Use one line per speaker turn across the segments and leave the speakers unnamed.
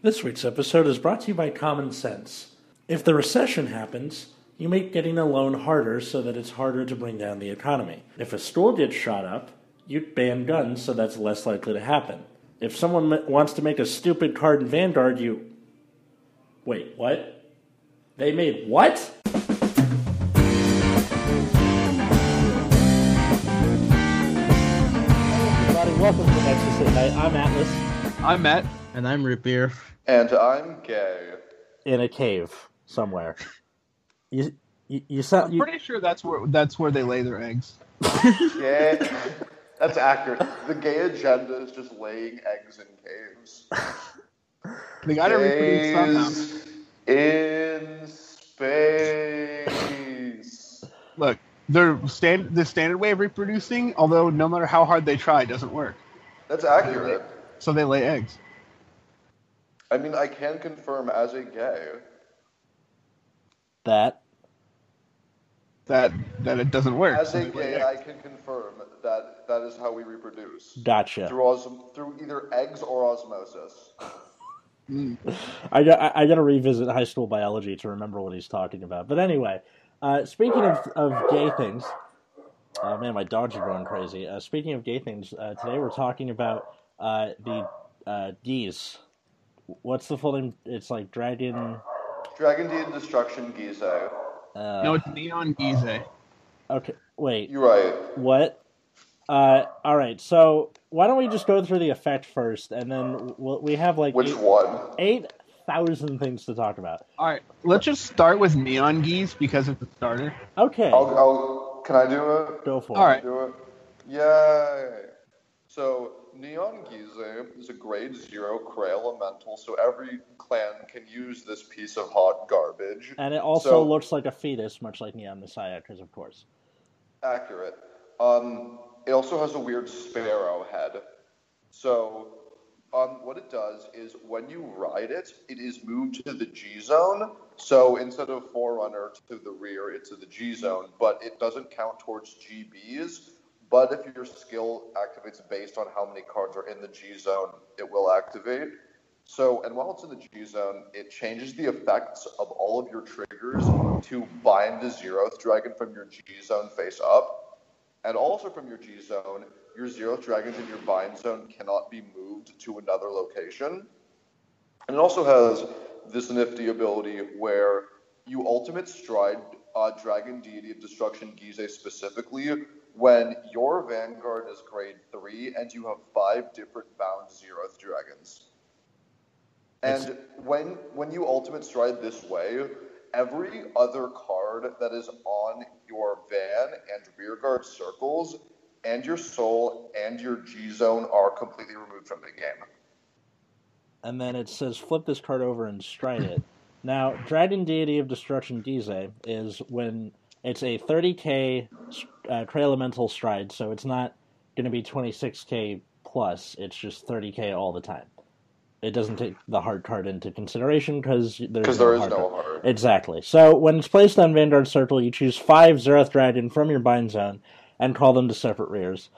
This week's episode is brought to you by Common Sense. If the recession happens, you make getting a loan harder so that it's harder to bring down the economy. If a store gets shot up, you'd ban guns so that's less likely to happen. If someone ma- wants to make a stupid card in Vanguard, you. Wait, what? They made what? Everybody, welcome to Nexus at Night. I'm Atlas
I'm Matt.
And I'm root beer.
And I'm gay.
in a cave somewhere. You, you, you sound. You,
Pretty sure that's where that's where they lay their eggs.
Gay. That's accurate. The gay agenda is just laying eggs in caves.
They gotta reproduce somehow.
Gays in space.
Look, their stand the standard way of reproducing, although no matter how hard they try, doesn't work.
That's accurate.
So they lay eggs.
I mean, I can confirm as a gay.
that.
That that it doesn't work.
As
So
a
they lay
gay,
eggs.
I can confirm that that is how we reproduce
Gotcha.
through osm- through either eggs or osmosis.
I got. I, I got to revisit high school biology to remember what he's talking about. But anyway, uh, speaking of of gay things, oh man, my dogs are going crazy. Uh, speaking of gay things, uh, today we're talking about uh, the uh, D's. What's the full name? It's like dragon.
Dragon Deed Destruction Gizo.
Uh,
no, it's neon Gize.
Okay. Wait.
You're right.
What? Uh, all right. So why don't we just go through the effect first, and then we'll, we have like
Which
eight-
one?
eight thousand things to talk about.
All right, let's just start with neon Gize because it's a starter.
Okay,
I'll, I'll, can I do it?
go for
all
it.
right.
Do it. Yay! So, Neon Gize is a grade zero cray elemental, so every clan can use this piece of hot garbage.
And it also
So-
looks like a fetus, much like Neon Messiah, because of course.
Accurate. Um, it also has a weird sparrow head. So, um, what it does is when you ride it, it is moved to the G zone. So instead of Forerunner to the rear, it's to the G zone, but it doesn't count towards GBs. But if your skill activates based on how many cards are in the G zone, it will activate. So, and while it's in the G zone, it changes the effects of all of your triggers to bind the zeroth dragon from your G zone face up. And also from your G zone, your zeroth dragons in your bind zone cannot be moved to another location. And it also has this nifty ability where you ultimate stride uh, Dragon Deity of Destruction Gize specifically when your Vanguard is grade 3 and you have five different bound zeroth dragons. And when when you ultimate stride this way, every other card that is on your van and rear guard circles and your soul and your G zone are completely removed from the game.
And then it says flip this card over and stride it. Now, Dragon Deity of Destruction Gize is when it's a 30k uh, Cray Elemental stride, so it's not going to be 26k plus, it's just 30k all the time. It doesn't take the hard card into consideration because there's
Because there
no hard
is no
card.
hard.
Exactly. So when it's placed on Vanguard Circle, you choose five Xerath Dragon from your bind zone and call them to separate rears.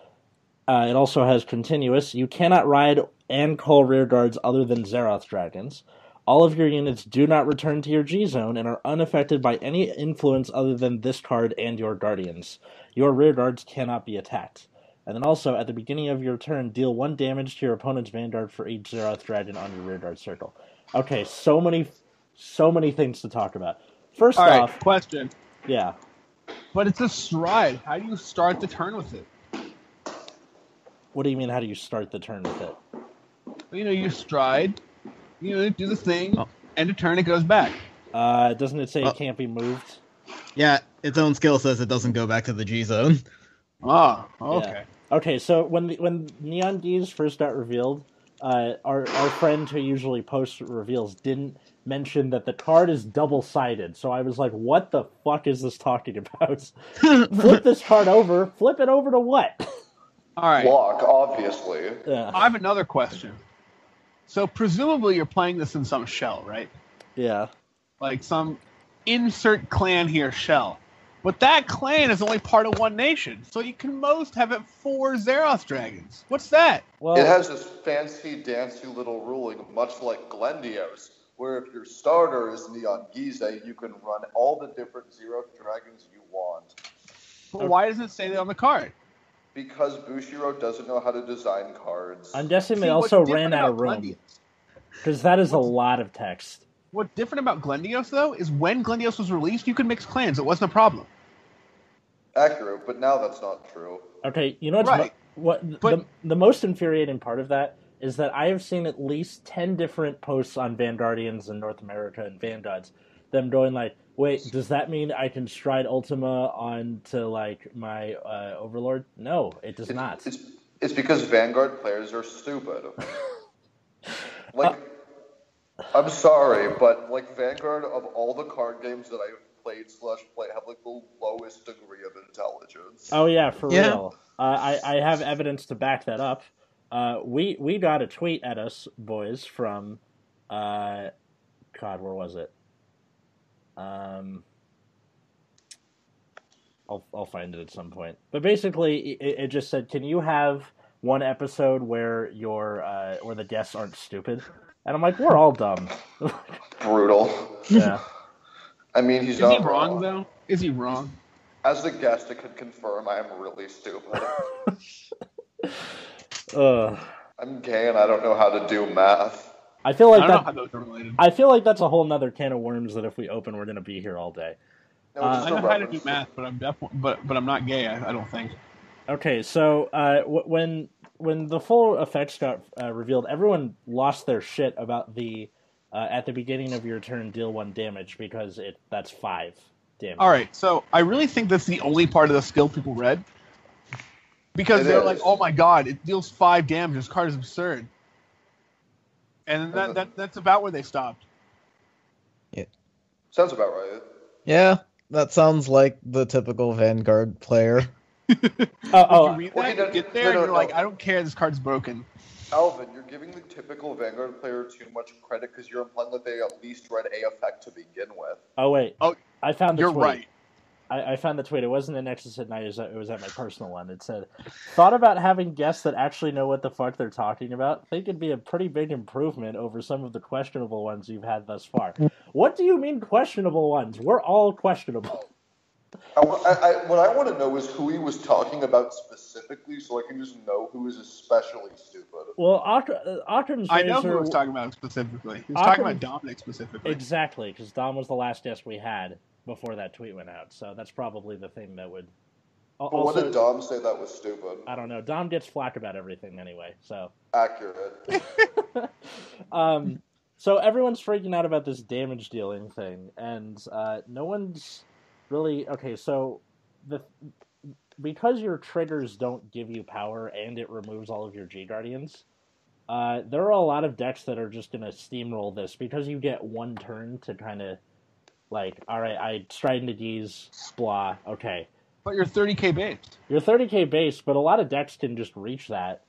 Uh, it also has continuous. You cannot ride and call rear guards other than Xerath Dragons. All of your units do not return to your G zone and are unaffected by any influence other than this card and your guardians. Your rear guards cannot be attacked. And then also, at the beginning of your turn, deal one damage to your opponent's Vanguard for each Xerath Dragon on your rear guard circle. Okay, so many, so many things to talk about. First
All right,
off,
question.
yeah,
But it's a stride. How do you start the turn with it?
what do you mean? How do you start the turn with it?
You know, you stride. You know, do the thing.
Oh.
End of turn, it goes back.
Uh, doesn't it say
Uh,
it can't be moved?
Yeah, its own skill says it doesn't go back to the G zone.
Ah,
Yeah.
okay.
Okay, so when the, when Neon Geese first got revealed, uh, our our friend who usually posts reveals didn't mention that the card is double sided. So I was like, "What the fuck is this talking about? flip this card over. Flip it over to what?"
All right.
Block, obviously.
yeah,
I have another question. So presumably you're playing this in some shell, right?
yeah.
Like some insert clan here shell. But that clan is only part of one nation, so you can most have it four Xeroth dragons. What's that?
Well,
It has this fancy, dancy little ruling, much like Glendios, where if your starter is Neon Gize, you can run all the different Zero Dragons you want.
But why does it say that on the card?
Because Bushiro doesn't know how to design cards.
I'm guessing
See,
they
what's
also ran
different
out
about
of room
Glendios-
because that is a lot of text.
What's different about Glendios though is when Glendios was released, you could mix clans. It wasn't a problem.
Accurate, but now that's not true.
Okay, you know what's
Right.
mo- what
But-
the, the most infuriating part of that is that I have seen at least ten different posts on Vanguardians in North America and Vanguards, them going like, "Wait, does that mean I can stride Ultima onto like my uh, Overlord?" No, it does
It's-
not.
It's, it's because Vanguard players are stupid. like, I'm sorry, but like Vanguard of all the card games that I've played slash play have like the lowest degree of
Uh,
intelligence.
Oh yeah, for
Yeah.
real. Uh, I I have evidence to back that up. Uh, we we got a tweet at us boys from, uh, God, where was it? Um, I'll I'll find it at some point. But basically, it, it just said, "Can you have one episode where your uh, where the guests aren't stupid?" And I'm like, "We're all dumb."
Brutal.
yeah.
I mean, he's
Is
not
he wrong though? Is he wrong?
As a guest, I could confirm I am really stupid.
Ugh.
I'm gay and I don't know how to do math.
I feel
I
like
don't know
that.
how those are related.
I feel like that's a whole nother can of worms that if we open, we're gonna be here all day.
No,
Uh,
it's
I
no
know how to do
reference.
math, but I'm deaf, but but I'm not gay. I, I don't think.
Okay, so uh, w- when when the full effects got uh, revealed, everyone lost their shit about the uh, at the beginning of your turn deal one damage because it that's five damage.
All right, so I really think that's the only part of the skill people read because
It
they're
is.
like, "Oh my god, it deals five damage. This card is absurd," and that,
the-
that that's about where they stopped.
Sounds about right.
Yeah, that sounds like the typical Vanguard player.
Oh,
Did
oh,
you read
Well,
that?
he
You
doesn't-
get
no,
there, and
no,
you're
no.
like, "I don't care. This card's broken."
Alvin, you're giving the typical Vanguard player too much credit because you're implying that they at least read A effect to begin with.
oh, wait.
Oh,
I found the
You're
tweet.
right.
I, I found the tweet. It wasn't an Nexus at night. It was, at, it was at my personal one. It said, "Thought about having guests that actually know what the fuck they're talking about. Think it'd be a pretty big improvement over some of the questionable ones you've had thus far." What do you mean questionable ones? We're all questionable.
I, wa- I, I- what I want to know is who he was talking about specifically so I can just know who is especially stupid.
Well, Occam's
I know who
razor-
I was talking about specifically. He was talking
Awkward.
about Dominic specifically.
Exactly, because Dom was the last guest we had before that tweet went out, so that's probably the thing that would. Al-
But what
Also,
did Dom say that was stupid?
I don't know. Dom gets flack about everything anyway, so.
Accurate.
um, so everyone's freaking out about this damage dealing thing, and uh, no one's really okay. So the because your triggers don't give you power and it removes all of your G guardians, uh, there are a lot of decks that are just gonna steamroll this because you get one turn to kind of like, all right, I stride into these, blah, okay
But you're 30k based.
your 30k base, but a lot of decks can just reach that.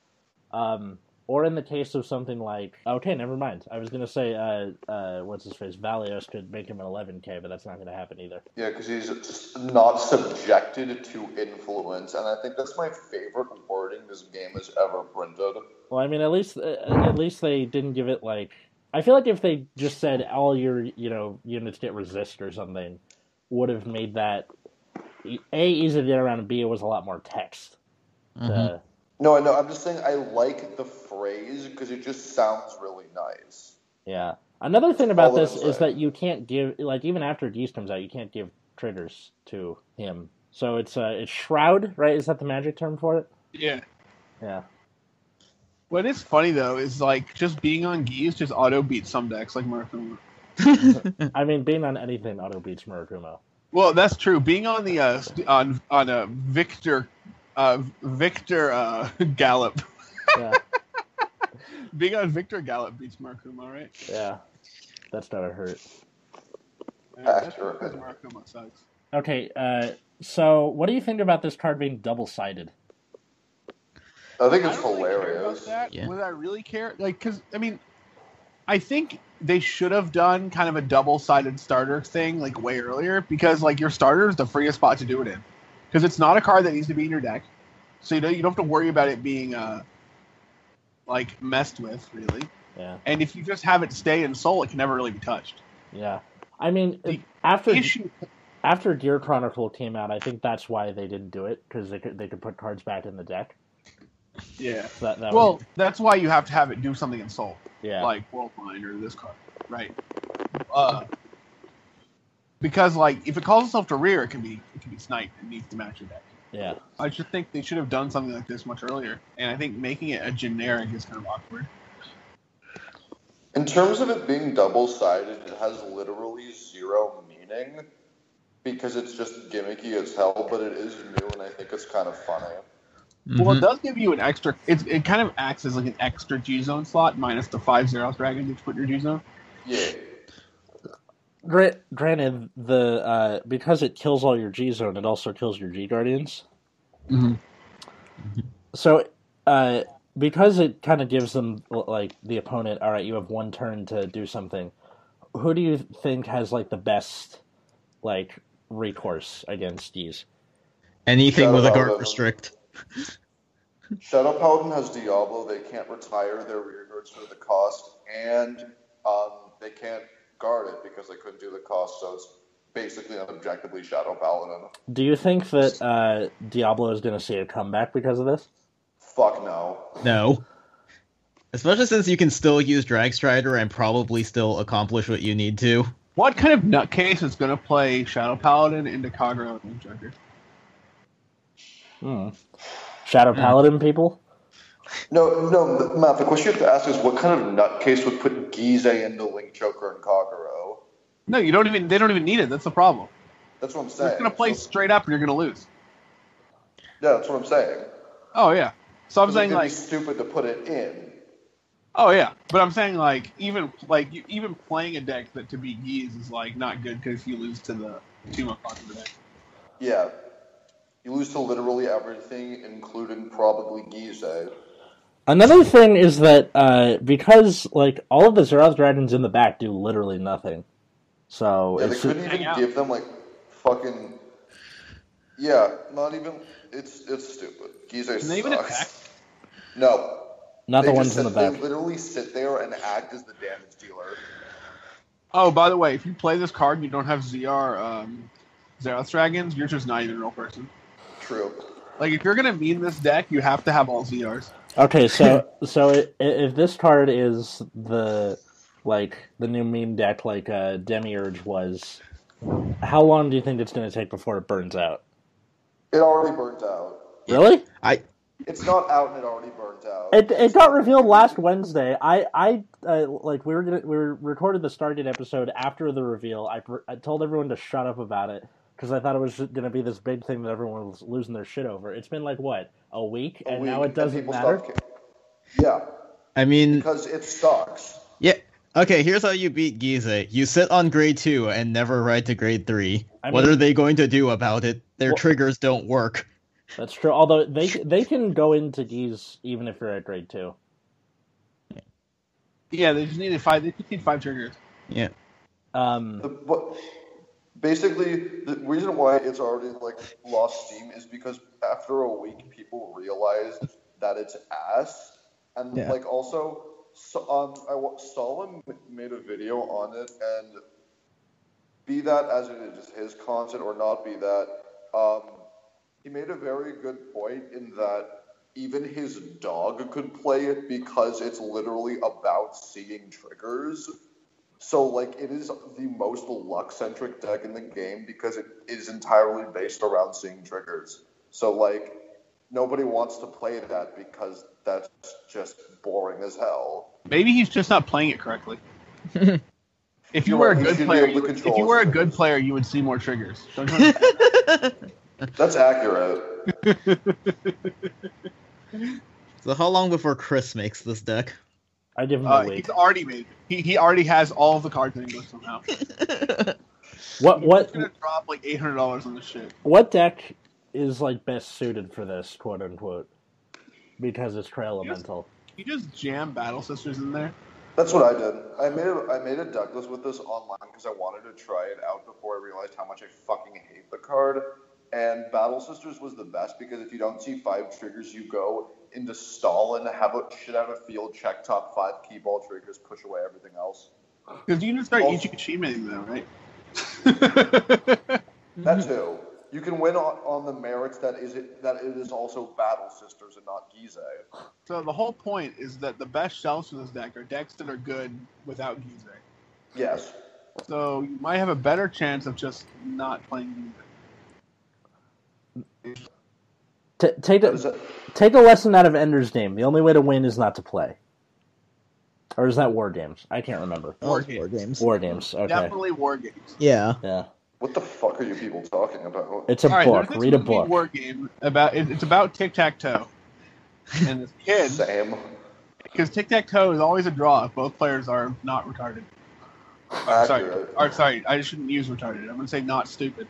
Um, or in the case of something like, okay, never mind. I was gonna say, uh, uh, what's his face? Valios could make him an 11k, but that's not gonna happen either.
Yeah, because he's s- not subjected to influence, and I think that's my favorite wording this game has ever printed.
Well, I mean, at least uh, at least they didn't give it like. I feel like if they just said all your you know units get resist or something, would have made that e- a easy to get around, and b it was a lot more text.
Mhm.
Uh,
No, I know. I'm just saying I like the phrase because it just sounds really nice.
Yeah. Another thing about
All
this
those,
is
uh,
that you can't give like even after Geese comes out, you can't give triggers to him. So it's uh it's shroud, right? Is that the magic term for it?
Yeah.
Yeah.
What is funny though is like just being on geese just auto beats some decks like Murakumo. Hmm.
I mean, being on anything auto beats Murakumo.
Well, that's true. Being on the uh, st- on on a Victor uh, Victor uh, Gallup,
Yeah.
being on Victor Gallup beats Markuma, right?
yeah. That's gotta hurt.
Uh, that's
Accurate.
because Markuma sucks.
Okay, uh so what do you think about this card being double sided?
I think
I
it's
don't really care about
hilarious.
that.
Yeah.
Would I really care? Like, cause I mean, I think they should have done kind of a double-sided starter thing like way earlier because like your starter is the freest spot to do it in because it's not a card that needs to be in your deck, so you know you don't have to worry about it being uh like messed with really.
Yeah.
And if you just have it stay in Soul, it can never really be touched.
Yeah. I mean,
The
after
Issue
after Gear Chronicle came out, I think that's why they didn't do it because they could they could put cards back in the deck.
Yeah.
So that, that
Well,
was,
that's why you have to have it do something in Soul,
yeah,
like Worldline or this card, right? Uh, because like if it calls itself to rear, it can be it can be sniped. It needs to match your deck.
yeah,
I just think they should have done something like this much earlier, and I think making it a generic is kind of awkward.
In terms of it being double sided, it has literally zero meaning because it's just gimmicky as hell, but it is new and I think it's kind of funny.
Mm-hmm.
Well, it does give you an extra. It's it kind of acts as like an extra G zone slot minus the five zero dragon that you put in your G zone.
Yeah.
Gra- granted, the uh, because it kills all your G zone, it also kills your G guardians.
Mm-hmm.
So, uh, because it kind of gives them like the opponent, all right, you have one turn to do something. Who do you think has like the best like recourse against these?
Anything
Shadow
with a
Ball
guard
doesn't-
restrict.
Shadow Paladin has Diablo. They can't retire their rear guards for the cost, and um, they can't guard it because they couldn't do the cost, so it's basically an objectively Shadow Paladin.
Do you think that uh, Diablo is going to see a comeback because of this?
Fuck no.
No. Especially since you can still use Dragstrider and probably still accomplish what you need to.
What kind of nutcase is going to play Shadow Paladin into Kagura and Joker?
Hmm. Shadow Paladin people?
No, no, Matt, the question you have to ask is what kind of nutcase would put Gize into Link Choker and Kagero?
No, you don't even. They don't even need it. That's the problem.
That's what I'm
They're
saying.
going to play straight up, and you're going to lose.
Yeah, that's what I'm saying.
Oh yeah. So I'm
It's
saying
gonna be
like,
stupid to put it in.
oh yeah, but I'm saying like, even like you, even playing a deck that to beat Geese is like not good because you lose to the two most popular deck.
Yeah. You lose to literally everything, including probably Gize.
Another thing is that uh, because like all of the Zeroth dragons in the back do literally nothing, so
Yeah, they
it's
couldn't
hang
even
out.
give them like fucking. Yeah, not even. It's it's stupid. Gize
Can
sucks.
they even attack?
No,
not
they
the
just
ones in the
sit-
back.
They literally sit there and act as the damage dealer.
Oh, by the way, if you play this card and you don't have ZR um, Xerath Dragons, you're just not even a real person.
True.
Like if you're going to mean this deck, you have to have all ZRs.
Okay, so so i i- if this card is the like the new meme deck like uh, Demiurge was, how long do you think it's going to take before it burns out?
It already burnt out.
Really?
I
It's not out and it already burnt out.
It it got revealed last Wednesday. I I uh, like we were gonna, we were recorded the Stargate episode after the reveal. I, pr- I told everyone to shut up about it because I thought it was going to be this big thing that everyone was losing their shit over. It's been like what a week,
A
and
week,
now it doesn't
people
matter.
stopped ca- Yeah,
I mean
because it sucks.
yeah. Okay, here's how you beat Giza. You sit on grade two and never ride to grade three.
I
what
mean-
are they going to do about it? Their
Well-
triggers don't work.
That's true. Although they they can go into these even if you're at grade two.
Yeah, they just need five. They just need five triggers.
Yeah.
Um,
The, but basically, the reason why it's already like lost steam is because after a week, people realized that it's ass, and
Yeah.
like also, so, um, I wa- Solomon made a video on it, and be that as it is, his content or not be that, um, he made a very good point in that even his dog could play it because it's literally about seeing triggers. So like it is the most luck centric deck in the game because it is entirely based around seeing triggers. So like nobody wants to play that because that's just boring as hell.
Maybe he's just not playing it correctly. if you
You're
were a
right, he
good
should be
player,
able to
you would, if
control
you were a
his
good
triggers.
player, you would see more triggers. Don't you understand?
That's accurate.
So how long before Chris makes this deck?
I give him
uh,
a week.
he's already made. He, he already has all the cards in English somehow.
What
He's
what
gonna drop like eight hundred dollars on this shit.
what deck is like best suited for this quote unquote because it's trail
Yes.
elemental
You just jam Battle Sisters in there.
That's what I did. I made a, I made a Douglas with this online because I wanted to try it out before I realized how much I fucking hate the card. And Battle Sisters was the best because if you don't see five triggers, you go into Stalin, have a shit out of field, check top five, keep all triggers, push away everything else.
Because you can start
Also-
Ichikishima though, right?
That too. You can win on, on the merits that is it that it is also Battle Sisters and not Gizeh.
so the whole point is that the best shells for this deck are decks that are good without Gizeh.
Yes.
So you might have a better chance of just not playing Gizeh.
T- take
That is
a
a,
take a lesson out of Ender's Game. The only way to win is not to play. Or is that War Games? I can't remember.
War
Oh, War games.
War Games. Okay.
Definitely war games.
Yeah.
Yeah.
what the fuck are you people talking about?
It's a
All right,
book.
there's this
Read a
movie,
book.
War game about it, it's about tic tac toe, and this kid
Same.
because tic tac toe is always a draw if both players are not retarded. I'm sorry,
Accurate.
or sorry, I shouldn't use retarded. I'm gonna say not stupid.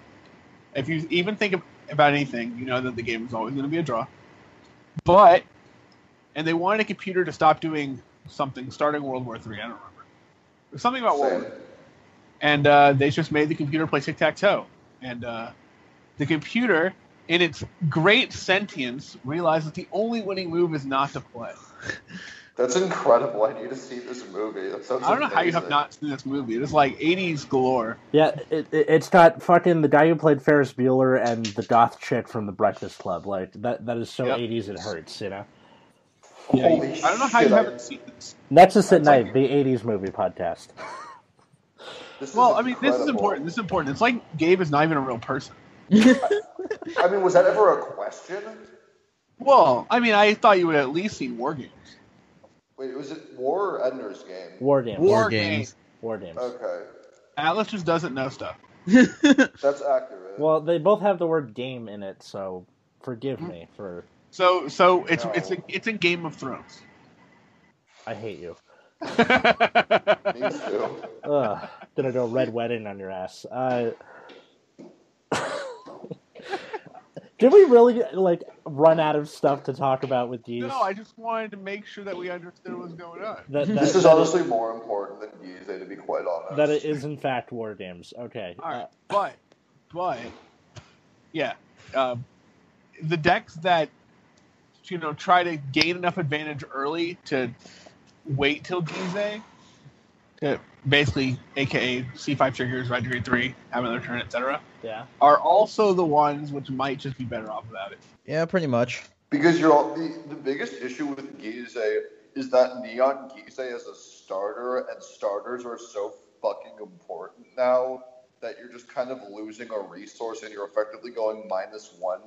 If you even think of, about anything, you know that the game is always gonna be a draw. But and they wanted a computer to stop doing something starting World War Three. I don't remember. It was something about World War
Same.
and uh, they just made the computer play tic tac toe. And uh, the computer, in its great sentience, realized that the only winning move is not to play.
That's incredible. I need to see this movie. That sounds
I don't know how you have
amazing.
not seen this movie. It is like 80s galore.
Yeah, it, it, it's got fucking the guy who played Ferris Bueller and the goth chick from The Breakfast Club. Like that, that is so
Yep.
80s it hurts, you know.
Yeah,
Holy
you- I don't know how you
shit, I-
haven't seen this.
Nexus at
That's
Night,
like-
the 80s movie podcast.
This
Well,
is
I mean, this is
incredible.
important. This is important. It's like Gabe is not even a real person.
I mean, was that ever a question?
Well, I mean, I thought you would at least see War Games.
Wait, was it War or Ender's Game?
War Games.
War
War,
War games.
Games.
Okay,
Atlas just doesn't know stuff.
that's accurate.
Well, they both have the word game in it, so forgive me for.
So, so it's it's
No.
it's in Game of Thrones.
I hate you.
Me too.
Ugh, gonna go red wedding on your ass. Uh, did we really like run out of stuff to talk about with these?
no, I just wanted to make sure that we understood what was going on.
that, that,
This is
that
honestly more important than Yuzei, to be quite honest.
that it is in fact war games. Okay.
All right, Uh, but but yeah, um, the decks that you know try to gain enough advantage early to wait till Gize to basically, aka C five triggers, right degree three, have another turn, etc.,
yeah.
are also the ones which might just be better off without it.
Yeah, pretty much.
Because you're all, the, the biggest issue with Gizeh is that Neon Gizeh is a starter, and starters are so fucking important now that you're just kind of losing a resource and you're effectively going minus one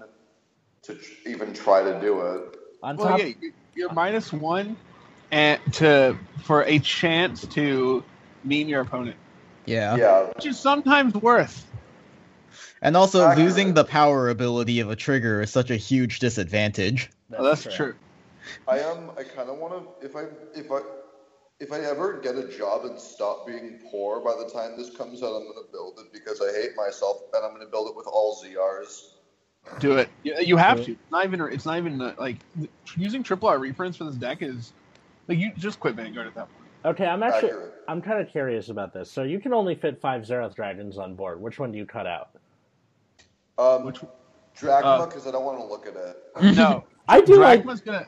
to tr- even try to do it.
On
Well,
top,
yeah, you- you're minus one and to for a chance to meme your opponent,
Yeah.
yeah.
which is sometimes worth.
And also,
Accurate.
losing the power ability of a trigger is such a huge disadvantage.
That's, that's true.
I am. I kind of want to. If I if I if I ever get a job and stop being poor by the time this comes out, I'm gonna build it because I hate myself, and I'm gonna build it with all ZRs.
Do it. You, you have to. It's not even. It's not even uh, like using triple R reprints for this deck is like you just quit Vanguard at that point.
Okay, I'm actually
Accurate.
I'm kind of curious about this. So you can only fit five Xerath dragons on board. Which one do you cut out?
Um,
Which
Dracula,
uh,
because I don't want to look at it.
no,
I do like
Drachma's gonna.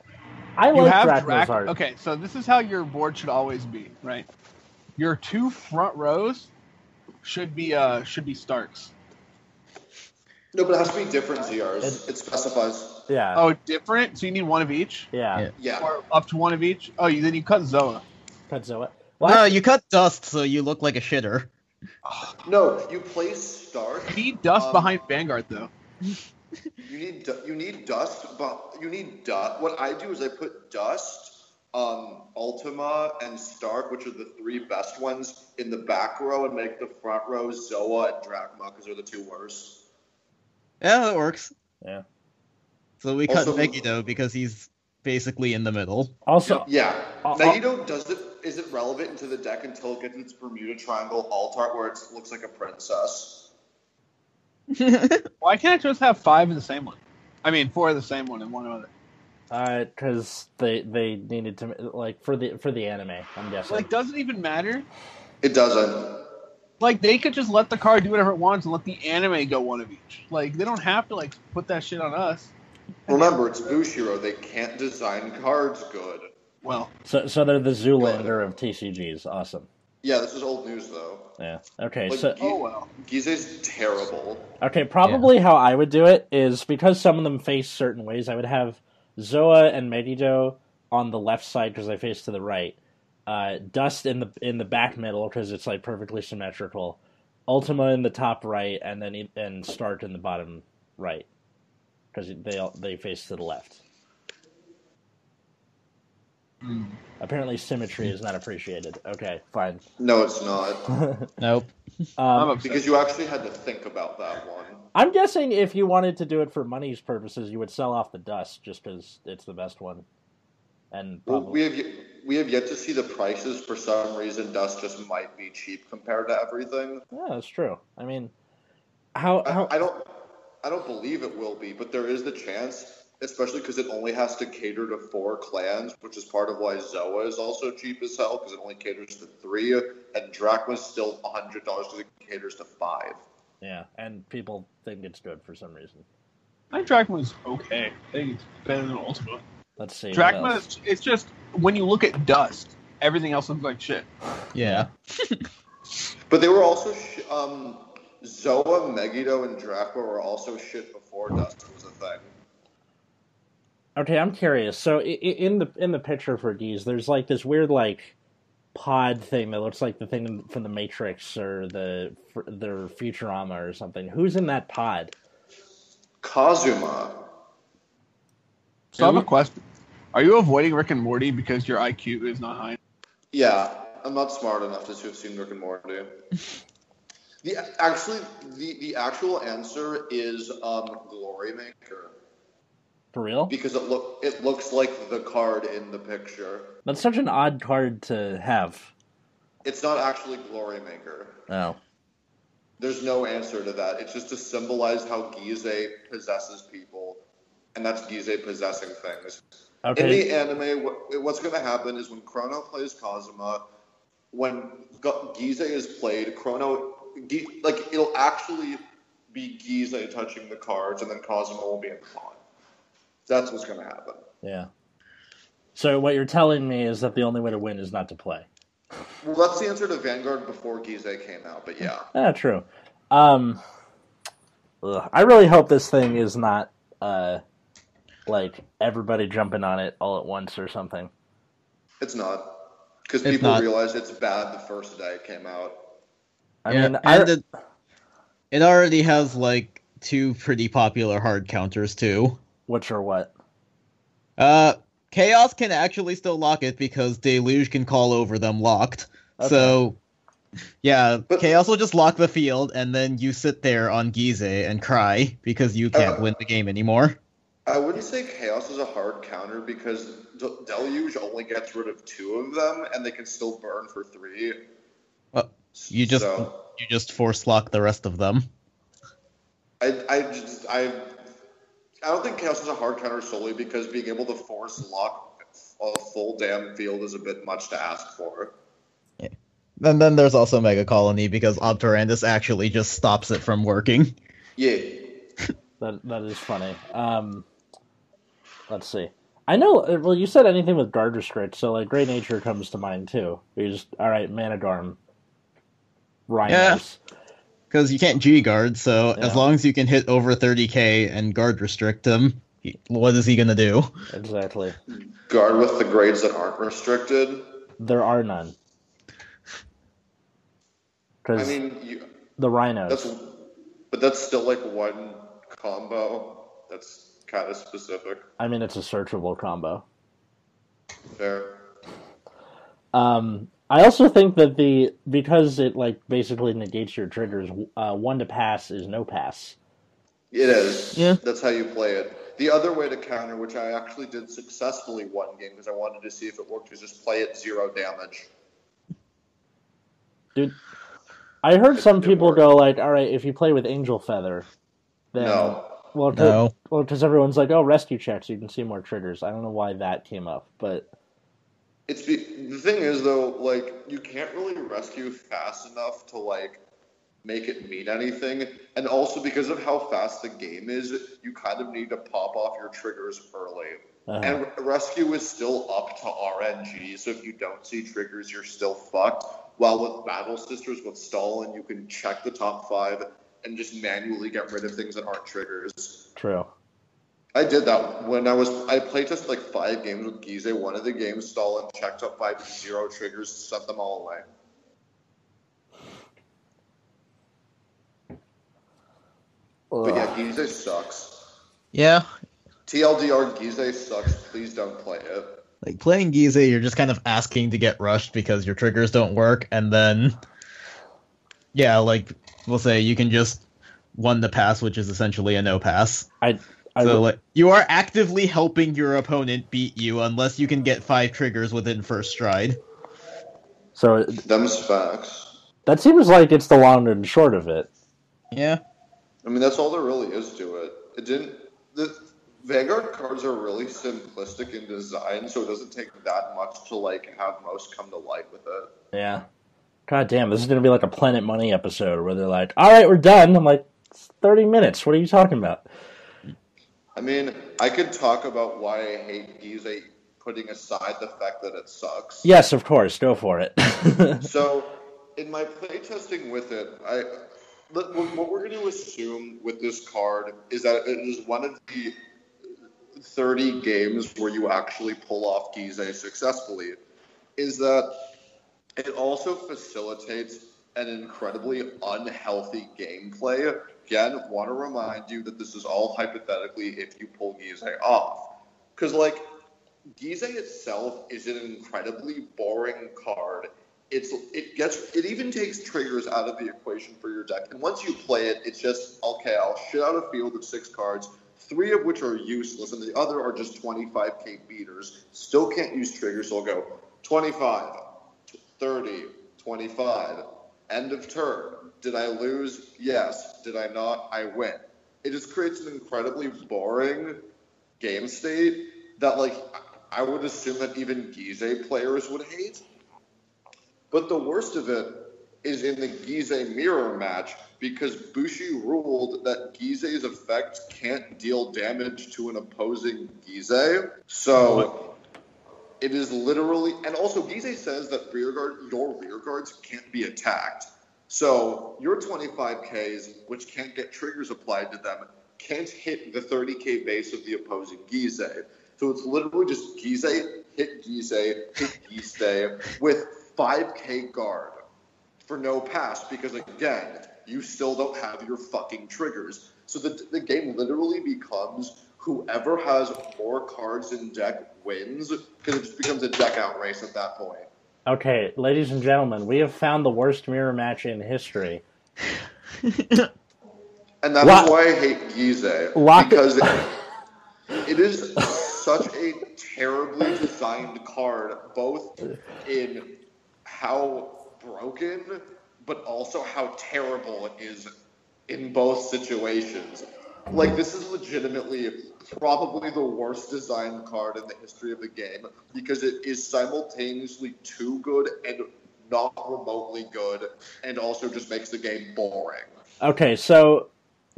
I
You
like
have
Dracula's
Drac.
art.
Okay, so this is how your board should always be, right? Your two front rows should be uh should be Starks.
No, but it has to be different ZRs.
It's-
It, specifies.
Yeah.
Oh, different. So you need one of each,
yeah.
Yeah.
Yeah.
or up to one of each. Oh, you, then you cut Zoa.
Cut Zoa.
No,
What?
Uh, you cut dust, so you look like a shitter.
No, you place Stark.
You need dust
Um,
behind Vanguard though.
You need du- you need dust, but you need dust. What I do is I put dust, um, Ultima, and Stark, which are the three best ones, in the back row, and make the front row Zoa and Drachma, because they're the two worst.
Yeah, that works.
Yeah.
So we cut
Also-
Megiddo because he's basically in the middle.
Also,
Yeah.
Uh,
Megiddo doesn't isn't relevant into the deck until it gets its Bermuda Triangle altar, where it looks like a princess.
Why can't I just have five of the same one? I mean, four of the same one and one other.
because Uh, they they needed to like for the for the anime. I'm guessing.
Like, does it even matter?
It doesn't.
Like, they could just let the car do whatever it wants and let the anime go one of each. Like, they don't have to like put that shit on us.
Remember, it's Bushiro. They can't design cards good.
Well,
so so they're the Zoolander of TCGs. Awesome.
Yeah, this is old news though.
Yeah. Okay.
Like,
So
Gi-
oh well.
Gize's terrible.
okay, probably how I would do it is because some of them face certain ways. I would have Zoa and Medido on the left side because they face to the right. Uh, Dust in the in the back middle because it's like perfectly symmetrical. Ultima in the top right, and then e- and Start in the bottom right because they all, they face to the left.
Mm.
Apparently, symmetry is not appreciated. Okay, fine.
No, it's not.
Nope.
I'm
Um,
upset.
Because you actually had to think about that one.
I'm guessing if you wanted to do it for money's purposes, you would sell off the dust just because it's the best one, and
Well,
probably
we have y- we have yet to see the prices. For some reason, dust just might be cheap compared to everything.
yeah, that's true. I mean, how
I,
how
I don't I don't believe it will be, but there is the chance, especially because it only has to cater to four clans, which is part of why Zoa is also cheap as hell because it only caters to three, and Drachma's still hundred dollars because it caters to five.
yeah, and people think it's good for some reason.
My Drachma's okay. I think it's better than Ultima.
Let's see. what
Drachma,
else.
is, it's just when you look at dust, everything else looks like shit.
Yeah.
But they were also sh- um, Zoa, Megiddo, and Drachma were also shit before dust was a thing.
Okay, I'm curious. So i- i- in the in the picture for D's, there's like this weird like pod thing that looks like the thing from the Matrix or the fr- their Futurama or something. Who's in that pod?
Kazuma.
So I have a
Who?
question. Are you avoiding Rick and Morty because your IQ is not high?
Yeah, I'm not smart enough to have seen Rick and Morty. the actually the, the actual answer is um, Glory Maker
For real?
because it look it looks like the card in the picture.
That's such an odd card to have.
It's not actually Glory Maker.
Oh.
There's no answer to that. It's just to symbolize how Gize possesses people, and that's Gize possessing things. In
Okay.
the anime, wh- what's going to happen is when Chrono plays Kazuma, when G- Gize is played, Chrono, Gi- like, it'll actually be Gize touching the cards, and then Kazuma will be in the pawn. That's what's going to happen.
yeah. So what you're telling me is that the only way to win is not to play.
Well, that's the answer to Vanguard before Gize came out, but yeah.
Yeah, Ah, true. Um, ugh, I really hope this thing is not uh, like everybody jumping on it all at once or something.
It's not. Because
It's
people
not.
realized it's bad the first day it came out.
I
yeah.
mean, I,
and it, it already has like two pretty popular hard counters too.
which or what?
Uh, Chaos can actually still lock it because Deluge can call over them locked.
Okay.
So, yeah,
But-
Chaos will just lock the field, and then you sit there on Gize and cry because you can't
Uh.
win the game anymore.
I wouldn't say chaos is a hard counter because D- deluge only gets rid of two of them, and they can still burn for three.
Well, You just
So,
you just force lock the rest of them.
I, I just I I don't think chaos is a hard counter solely because being able to force lock a full damn field is a bit much to ask for.
And then there's also Mega Colony because Obturandus actually just stops it from working.
Yeah,
That that is funny. Um, let's see. I know. uh, Well, you said anything with guard restrict, so like great nature comes to mind too. You just all right, Manadarm, rhinos.
Because you can't G guard, so
Yeah.
as long as you can hit over 30k and guard restrict him, he- what is he gonna do?
Exactly.
guard with the grades that aren't restricted.
There are none.
I
Because
mean, you,
the rhinos.
that's but that's still like one combo. That's kind of specific.
I mean, it's a searchable combo.
There.
Um, I also think that the because it like basically negates your triggers. Uh, one to pass is no pass.
It is.
Yeah.
That's how you play it. The other way to counter, which I actually did successfully one game because I wanted to see if it worked, is just play it zero damage.
Dude, I heard some
It
people
worked.
go like, "All right, if you play with Angel Feather, then
No.
Well,
No.
because everyone's like, oh, rescue check, so you can see more triggers. I don't know why that came up, but
It's be- the thing is though, like you can't really rescue fast enough to like make it mean anything, and also because of how fast the game is, you kind of need to pop off your triggers early.
uh,
And re- rescue is still up to RNG, so if you don't see triggers, you're still fucked. While with Battle Sisters with Stalin, you can check the top five and just manually get rid of things that aren't triggers.
true.
I did that when I was I played just like five games with Gize. One of the games Stalin checked up five zero triggers, sent them all away. But yeah,
Ugh.
Gize sucks.
Yeah.
TLDR Gize sucks. Please don't play it.
Like playing Gize, you're just kind of asking to get rushed because your triggers don't work, and then yeah, like we'll say you can just one the pass, which is essentially a no pass.
I
so
would-
like you are actively helping your opponent beat you unless you can get five triggers within first stride.
so
Them's facts.
that seems like it's the long and short of it.
Yeah.
I mean that's all there really is to it. It didn't the Vanguard cards are really simplistic in design, so it doesn't take that much to like have most come to light with it.
Yeah. God damn, this is gonna be like a Planet Money episode where they're like, "All right, we're done." I'm like, it's "30 minutes. What are you talking about?"
I mean, I could talk about why I hate Gize putting aside the fact that it sucks.
Yes, of course. Go for it.
So, in my playtesting with it, I what what we're going to assume with this card is that it is one of the 30 games where you actually pull off Gize successfully. Is that it also facilitates an incredibly unhealthy gameplay. Again, want to remind you that this is all hypothetically if you pull Gize off. Because, like, Gize itself is an incredibly boring card. It's it gets it even takes triggers out of the equation for your deck. And once you play it, it's just okay. I'll shit out a field of six cards, three of which are useless, and the other are just 25k beaters. Still can't use triggers, so I'll go 25, 30, 25. End of turn. Did I lose? Yes. Did I not? I win. It just creates an incredibly boring game state that like I- I would assume that even Gize players would hate. But the worst of it is in the Gize mirror match because Bushi ruled that Gize's effect can't deal damage to an opposing Gize. So it is literally and also Gize says that rear guard your rear guards can't be attacked. So your 25Ks, which can't get triggers applied to them, can't hit the 30K base of the opposing Gize. So it's literally just Gize, hit Gize, hit Gize with 5K guard for no pass because, again, you still don't have your fucking triggers. So the, the game literally becomes whoever has more cards in deck wins because it just becomes a deck out race at that point.
okay, ladies and gentlemen, we have found the worst mirror match in history.
And that is
Lock-
why I hate Gize.
Lock-
because it- it is such a terribly designed card, both in how broken, but also how terrible it is in both situations. Like, this is legitimately probably the worst designed card in the history of the game because it is simultaneously too good and not remotely good, and also just makes the game boring.
Okay, so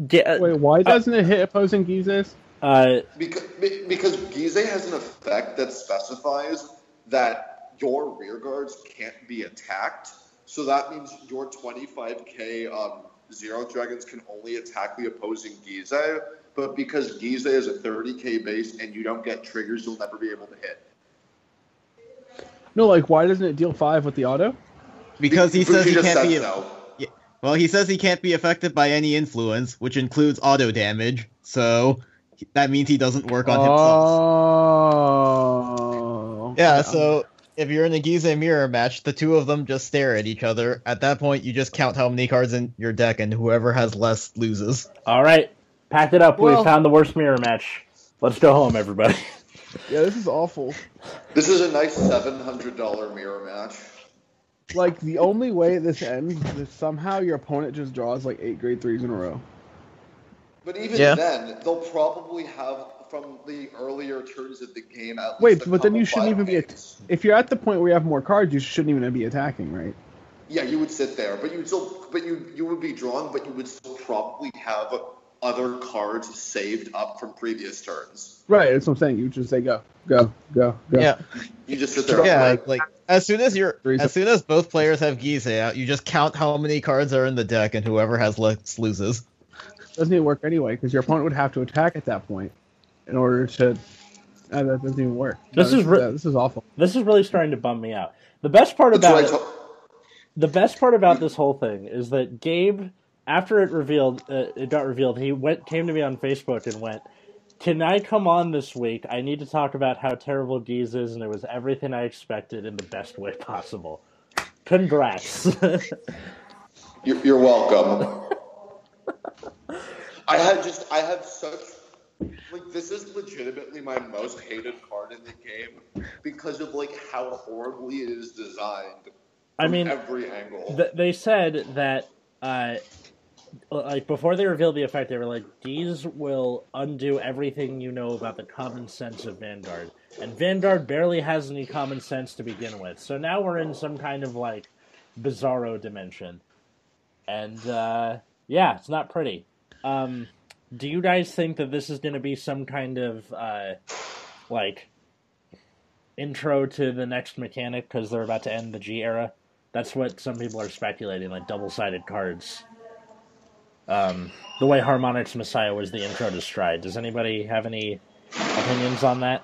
di-
Wait, why doesn't it hit opposing Gizes?
uh,
Because, be- because Gize has an effect that specifies that your rear guards can't be attacked. So that means your 25k um, Zero Dragons can only attack the opposing Gize. But because Gize is a 30k base and you don't get triggers, you'll never be able to hit.
No, like why doesn't it deal five with the auto?
Because he
But
says he
just
can't
said
be
so.
well, he says he can't be affected by any influence, which includes auto damage. So that means he doesn't work on himself.
Oh.
Yeah, so if you're in a Giza mirror match, the two of them just stare at each other. At that point, you just count how many cards in your deck, and whoever has less loses.
all right, packed it up. we
Well-
found the worst mirror match. Let's go home, everybody.
Yeah, this is awful.
This is a nice $700 mirror match.
Like the only way this ends is if somehow your opponent just draws like eight grade threes in a row.
But even
Yeah.
then, they'll probably have from the earlier turns of the game. At
Wait,
least a
but then
couple
you shouldn't
five
even be a-
games.
If you're at the point where you have more cards, you shouldn't even be attacking, right?
Yeah, you would sit there, but you'd still, but you you would be drawn, but you would still probably have other cards saved up from previous turns.
Right. That's what I'm saying. You just say go, go, go, go.
Yeah,
You just sit there.
yeah.
like,
Like as soon as you're,
Three's
as soon as both players have Gizeh out, you just count how many cards are in the deck, and whoever has less loses.
Doesn't even work anyway because your opponent would have to attack at that point in order to. Uh, that doesn't even work.
This is re-
uh, this is awful.
This is really starting to bum me out. The best part
that's what
about
I
it,
told-
the best part about this whole thing is that Gabe, after it revealed, uh, it got revealed, he went came to me on Facebook and went, "Can I come on this week? I need to talk about how terrible Geese is, and it was everything I expected in the best way possible." Congrats.
You're, you're welcome. I had just, I have such, like, this is legitimately my most hated card in the game because of, like, how horribly it is designed.
I
from
mean,
every angle.
Th- they said that uh, like before they revealed the effect, they were like, "These will undo everything you know about the common sense of Vanguard," and Vanguard barely has any common sense to begin with. So now we're in some kind of like bizarro dimension, and uh, yeah, it's not pretty. Um, do you guys think that this is going to be some kind of uh, like intro to the next mechanic because they're about to end the G era? That's what some people are speculating, like double-sided cards. Um, the way Harmonix Messiah was the intro to Stride. Does anybody have any opinions on that?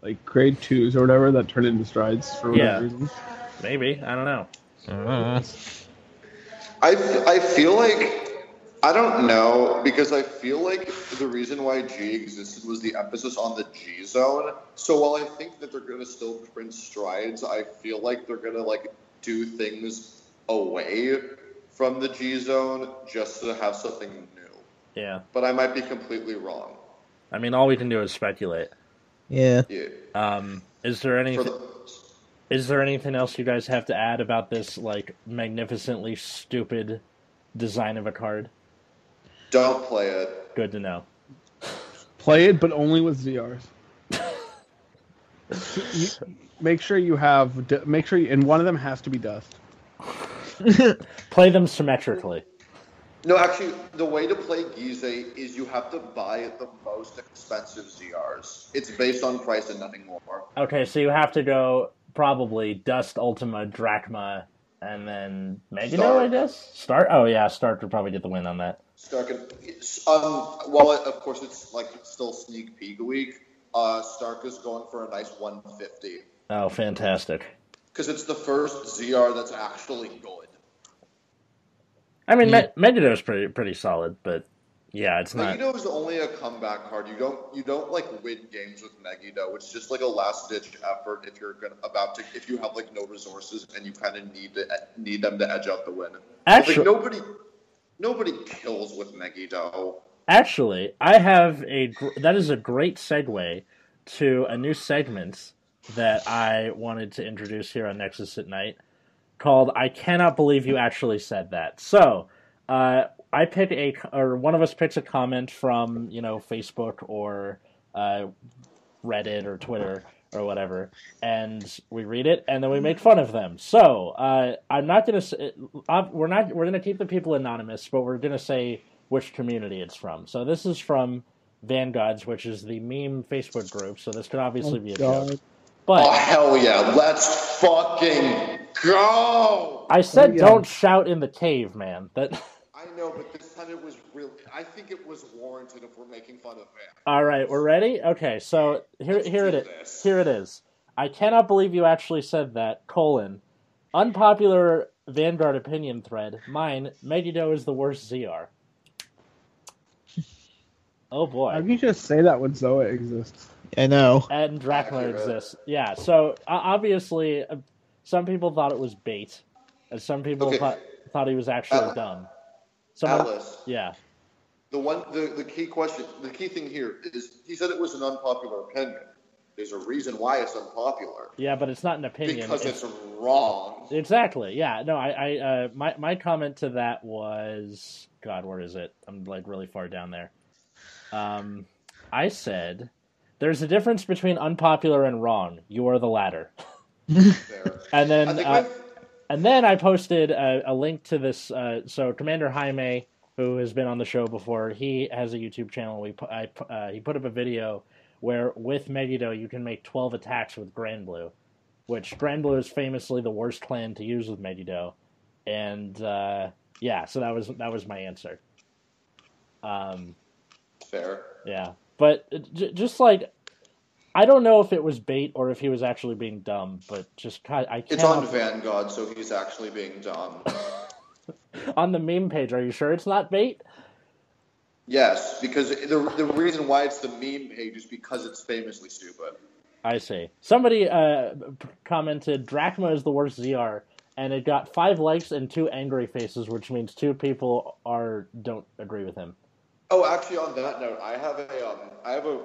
Like grade twos or whatever that turn into strides for whatever
Yeah.
reason.
Maybe I don't know.
Uh,
I, I feel like I don't know because I feel like the reason why G existed was the emphasis on the G zone. So while I think that they're gonna still print strides, I feel like they're gonna like do things away from the G zone just to have something new.
Yeah,
But I might be completely wrong.
I mean, all we can do is speculate.
yeah.
Yeah.
Um, is there
For
anything?
the,
Is there anything else you guys have to add about this like magnificently stupid design of a card?
don't play it.
Good to know.
Play it, but only with ZRs. You- make sure you have. d- Make sure you, and one of them has to be dust.
Play them symmetrically.
No, actually, the way to play Gizeh is you have to buy the most expensive ZRs. It's based on price and nothing more.
Okay, so you have to go probably Dust, Ultima, Drachma, and then Megiddo,
Stark.
I guess? Start? Oh, yeah, Stark would probably get the win on that.
Stark and it's, um, while it, of course it's like still sneak peek week, uh, Stark is going for a nice 150
Oh, fantastic.
because it's the first ZR that's actually good.
I mean,
Yeah.
Me- Megiddo's pretty, pretty solid, but yeah, it's not.
Megiddo is only a comeback card. You don't you don't like win games with Megiddo. It's just like a last ditch effort if you're gonna, about to if you have like no resources and you kind of need to need them to edge out the win.
Actually,
like nobody nobody kills with Megiddo.
Actually, I have a gr- that is a great segue to a new segment that I wanted to introduce here on Nexus at Night called "I Cannot Believe You Actually Said That." So, uh, I pick a or one of us picks a comment from you know Facebook or uh, Reddit or Twitter or whatever, and we read it and then we make fun of them. So uh, I'm not gonna s- uh, we're not we're gonna keep the people anonymous, but we're gonna say which community it's from. So this is from Vanguards, which is the meme Facebook group. So this could obviously be a joke, but.
Oh hell yeah, let's fucking go!
I said
Oh, yeah.
don't shout in the cave, man. That
I know, but this time it was real. I think it was warranted if we're making fun of Van.
All right, we're ready? Okay, so Uh, here here it is. Here it is. I cannot believe you actually said that. Colon. Unpopular Vanguard opinion thread. Mine, Megiddo is the worst ZR. Oh
How
boy.
can you just say that when Zoa exists?
I know.
And Dracula
Accurate.
exists. Yeah, so uh, obviously uh, some people thought it was bait and some people
Okay. Uh,
thought thought he was actually
Atlas.
dumb. Someone
Atlas,
Yeah.
the one, the, the key question, the key thing here is he said it was an unpopular opinion. There's a reason why it's unpopular.
Yeah, but it's not an opinion.
Because
it's-
it's, wrong.
Exactly. Yeah. No. I. I. Uh, my. My comment to that was, God, where is it? I'm like really far down there. Um, I said, there's a difference between unpopular and wrong. You are the latter.
There.
And
I
then,
think
uh,
my-
and then I posted a, a link to this. Uh, so Commander Jaime, who has been on the show before, he has a YouTube channel. We pu- I, pu- uh, he put up a video where with Megiddo you can make twelve attacks with Grand Blue, which Grand Blue is famously the worst clan to use with Megiddo, and uh, yeah, so that was that was my answer. Um,
fair.
yeah, but uh, j- just like. I don't know if it was bait or if he was actually being dumb, but just I, I can't.
It's on Vanguard, so he's actually being dumb.
on the meme page. Are you sure it's not bait?
yes, because the, the reason why it's the meme page is because it's famously stupid.
I see. Somebody uh, p- commented Drachma is the worst ZR, and it got five likes and two angry faces, which means two people are don't agree with him.
Oh, actually, on that note, I have a, um, I have a,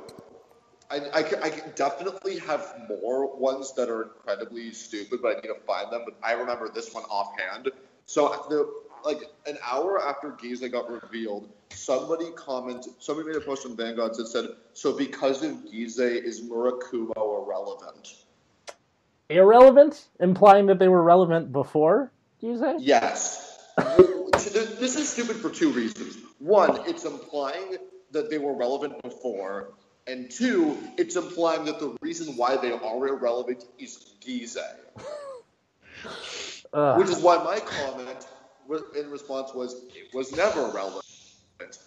I, I, ca- I can definitely have more ones that are incredibly stupid, but I need to find them. But I remember this one offhand. So, the, like an hour after Giza got revealed, somebody commented, somebody made a post on Vanguard that said, "So because of Giza, is Murakumo irrelevant?"
Irrelevant, implying that they were relevant before. Do you say?
Yes. this is stupid for two reasons. One, it's implying that they were relevant before, and two, it's implying that the reason why they are irrelevant is Giza.
Ugh.
Which is why my comment wa- in response was, it was never relevant,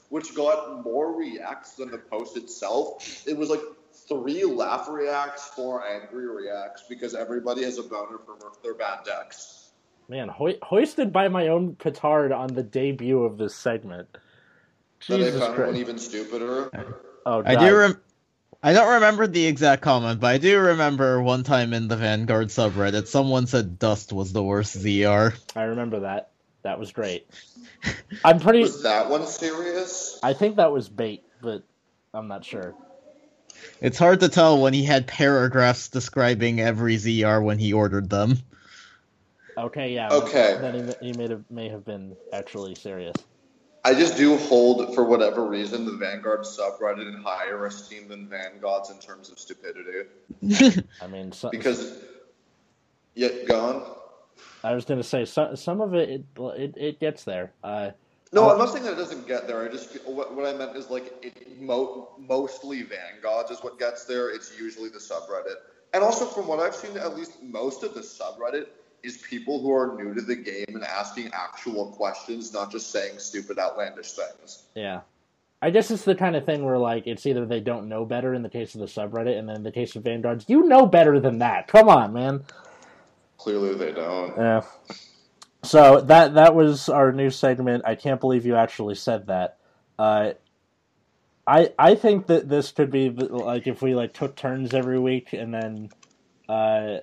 which got more reacts than the post itself. It was like three laugh reacts, four angry reacts, because everybody has a boner for their bad decks.
Man, ho- hoisted by my own petard on the debut of this segment.
That I
Jesus
found one
Christ!
even stupider.
Oh, God.
I do rem- I don't remember the exact comment, but I do remember one time in the Vanguard subreddit, someone said Dust was the worst ZR.
I remember that. That was great. I'm pretty.
Was that one serious?
I think that was bait, but I'm not sure.
It's hard to tell when he had paragraphs describing every ZR when he ordered them.
Okay, yeah.
Okay.
Then he, ma- he may have, may have been actually serious.
I just do hold, for whatever reason, the Vanguard subreddit in higher esteem than Vanguards in terms of stupidity.
I mean, so,
Because, yet gone.
I was going to say so, some of it it, it it gets there. Uh,
No,
Uh,
I'm not saying that it doesn't get there. I just what, what I meant is like it mo- mostly Vanguards is what gets there. It's usually the subreddit, and also from what I've seen, at least most of the subreddit is people who are new to the game and asking actual questions, not just saying stupid, outlandish things.
yeah, I guess it's the kind of thing where like it's either they don't know better in the case of the subreddit, and then in the case of Vanguards, you know better than that. Come on, man.
Clearly, they don't.
Yeah. So that that was our new segment. I can't believe you actually said that. Uh, I I think that this could be like if we like took turns every week and then, uh,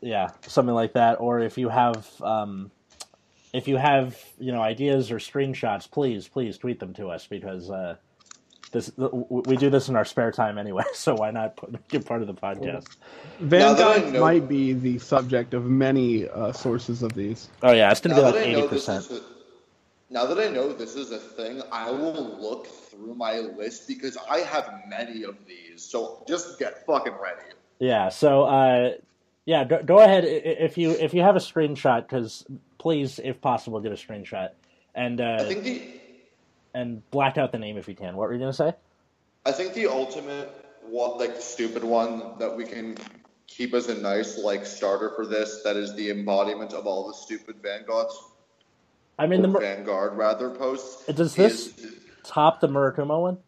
yeah, something like that. Or if you have um, if you have you know ideas or screenshots, please please tweet them to us because uh, this w- w- we do this in our spare time anyway. So why not put, make it part of the podcast?
Now that I
Vanguard
know-
might be the subject of many uh, sources of these.
Oh yeah, it's gonna be
Now
like
that I
eighty
know this
percent.
is a- Now that I know this is a thing, I will look through my list because I have many of these. So just get fucking ready.
Yeah. So, uh, yeah, go, go ahead i- i- if you if you have a screenshot, because please, if possible, get a screenshot and
I
uh,
think the
and black out the name if you can. What were you gonna say?
I think the ultimate one, like stupid one that we can keep as a nice like starter for this. That is the embodiment of all the stupid vanguards,
I mean, the Mur-
vanguard rather posts.
Does this-
is-
top the Murakumo one.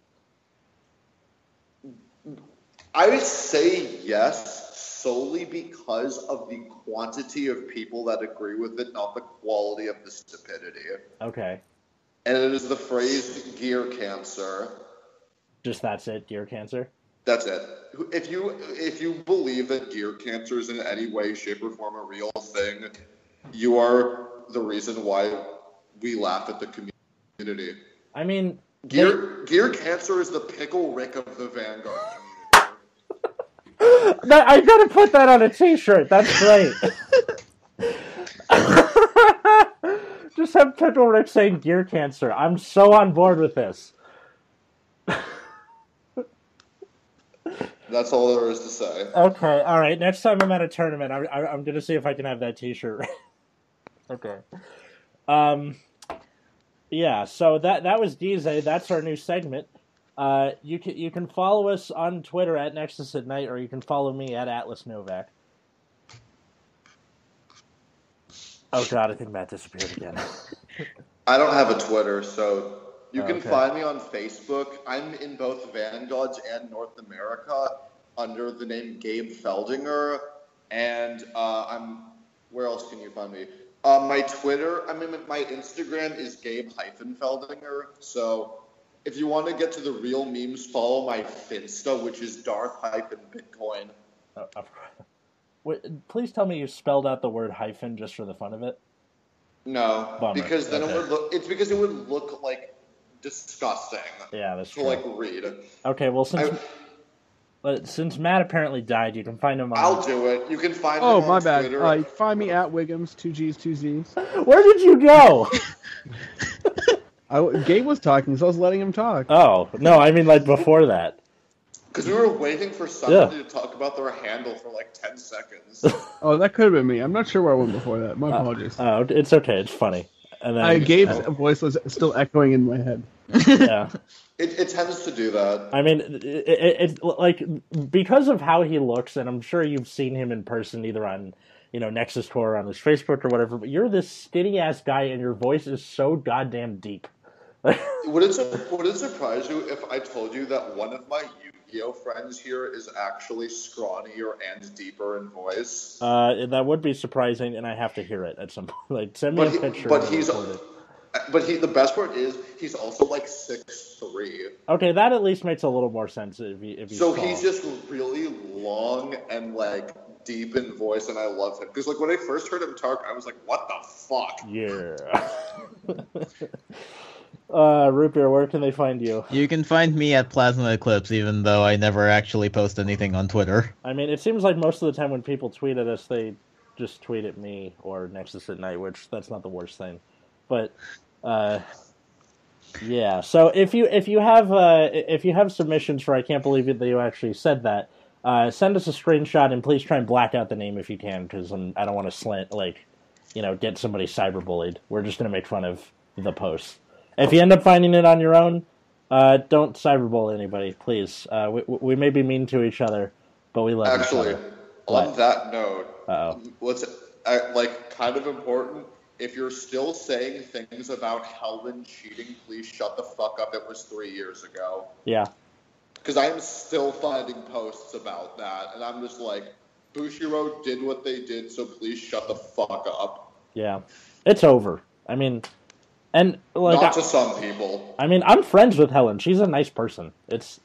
I would say yes solely because of the quantity of people that agree with it, not the quality of the stupidity.
Okay,
And it is the phrase gear cancer.
just that's it. Dear cancer.
That's it. If you if you believe that gear cancer is in any way, shape, or form a real thing, you are the reason why we laugh at the community.
I mean,
Gear gear cancer is the pickle rick of the vanguard community.
No, I gotta put that on a T-shirt. That's great. Just have Pickle Rick saying gear cancer. I'm so on board with this.
That's all there is to say.
Okay, all right. Next time I'm at a tournament, I'm I- I'm gonna see if I can have that T-shirt. okay. Um. Yeah. So that that was Gize. That's our new segment. Uh, you can you can follow us on Twitter at Nexus at Night, or you can follow me at Atlas Novak. Oh God, I think Matt disappeared again.
I don't have a Twitter, so you can
Oh, Okay.
find me on Facebook. I'm in both Vanguards and North America under the name Gabe Feldinger, and uh, I'm. Where else can you find me? Uh, my Twitter, I mean, my Instagram is Gabe hyphen Feldinger. So if you want to get to the real memes, follow my Finsta, which is Darth hyphen Bitcoin.
Oh, of course. Wait, please tell me you spelled out the word hyphen just for the fun of it.
No,
Bummer.
because then
Okay.
it would look. It's because it would look like disgusting
Yeah, that's
to
true.
like read.
okay, well since
I-
but since Matt apparently died, you can find him on.
I'll do it. You can find
Oh,
him
my
on
bad.
Twitter.
Uh, you can find me at Wiggums, two G's, two Z's.
Where did you go?
I, Gabe was talking, so I was letting him talk.
oh no, I mean like before that.
Because we were waiting for somebody to talk about their handle for like 10 seconds.
Oh, that could have been me. I'm not sure where I went before that. My apologies.
Oh, it's okay. It's funny. And then
I, Gabe's voice was still echoing in my head.
yeah.
it, it tends to do that.
I mean, it, it, it, like because of how he looks, and I'm sure you've seen him in person, either on you know Nexus Tour or on his Facebook or whatever. But you're this skinny ass guy, and your voice is so goddamn deep.
Would it, sur- would it surprise you if I told you that one of my Yu Gi Oh friends here is actually scrawnier and deeper in voice?
Uh, that would be surprising, and I have to hear it at some point. Like, send me
but,
a
he,
picture.
but
and
he's.
record it.
But he, the best part is he's also like six three,
okay. That at least makes a little more sense if you if you.
so
saw.
he's just really long and like deep in voice, and I love him because like when I first heard him talk, I was like, "What the fuck?"
yeah. uh, Root Beer, where can they find you?
You can find me at Plasma Eclipse, even though I never actually post anything on Twitter.
I mean, it seems like most of the time when people tweet at us, they just tweet at me or Nexus at Night, which that's not the worst thing. But uh, yeah, so if you if you have uh, if you have submissions for I can't believe it that you actually said that, uh, send us a screenshot and please try and black out the name if you can because I don't want to slant like you know get somebody cyberbullied. We're just gonna make fun of the post. If you end up finding it on your own, uh, don't cyberbully anybody, please. Uh, we, we may be mean to each other, but we love
Actually,
each other.
on
What? Oh.
that note,
Uh-oh.
what's uh, like kind of important? If you're still saying things about Helen cheating, please shut the fuck up. It was three years ago.
Yeah.
Because I'm still finding posts about that, and I'm just like, Bushiro did what they did, so please shut the fuck up.
Yeah, it's over. I mean, and like,
Not
I,
to some people.
I mean, I'm friends with Helen. She's a nice person. It's,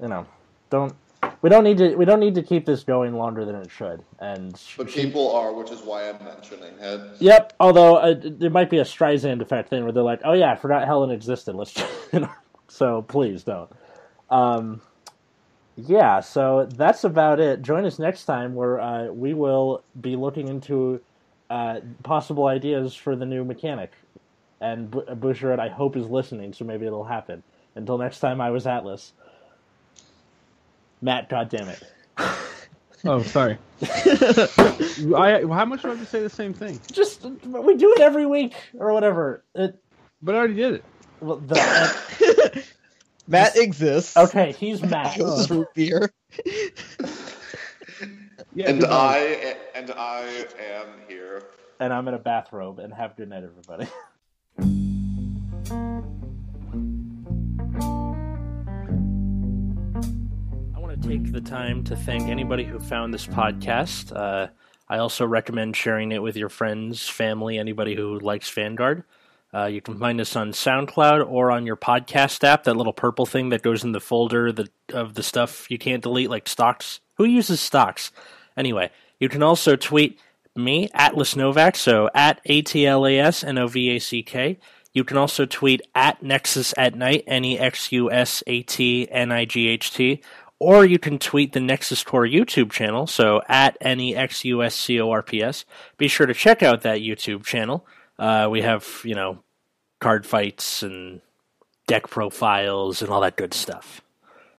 you know, don't we don't need to we don't need to keep this going longer than it should. And
But people are, which is why I'm mentioning it.
yep, although uh, there might be a Streisand effect thing where they're like, oh yeah, I forgot Helen existed. Let's, you know, so please don't. Um, yeah, so that's about it. Join us next time where uh, we will be looking into uh, possible ideas for the new mechanic. And B- Boucherette, I hope, is listening, so maybe it'll happen. Until next time, I was Atlas. Matt, goddammit.
Oh, sorry. I, how much do I have to say the same thing?
Just, we do it every week or whatever. It,
But I already did it.
well, the,
Matt exists.
okay, he's Matt.
This is root beer.
Yeah,
And
goodbye.
I and I am here.
and I'm in a bathrobe. And have a good night, everybody. I want to take the time to thank anybody who found this podcast. Uh, I also recommend sharing it with your friends, family, anybody who likes Vanguard. Uh, you can find us on SoundCloud or on your podcast app, that little purple thing that goes in the folder that, of the stuff you can't delete, like stocks. Who uses stocks? Anyway, you can also tweet me, Atlas Novak, so at A-T-L-A-S N-O-V-A-C-K. You can E also tweet at Nexus at Night, N-E-X-U-S-A-T-N-I-G-H-T, or you can tweet the Nexus Core YouTube channel, so at E NEXUSCORPS. Be sure to check out that YouTube channel. Uh, we have, you know, card fights and deck profiles and all that good stuff.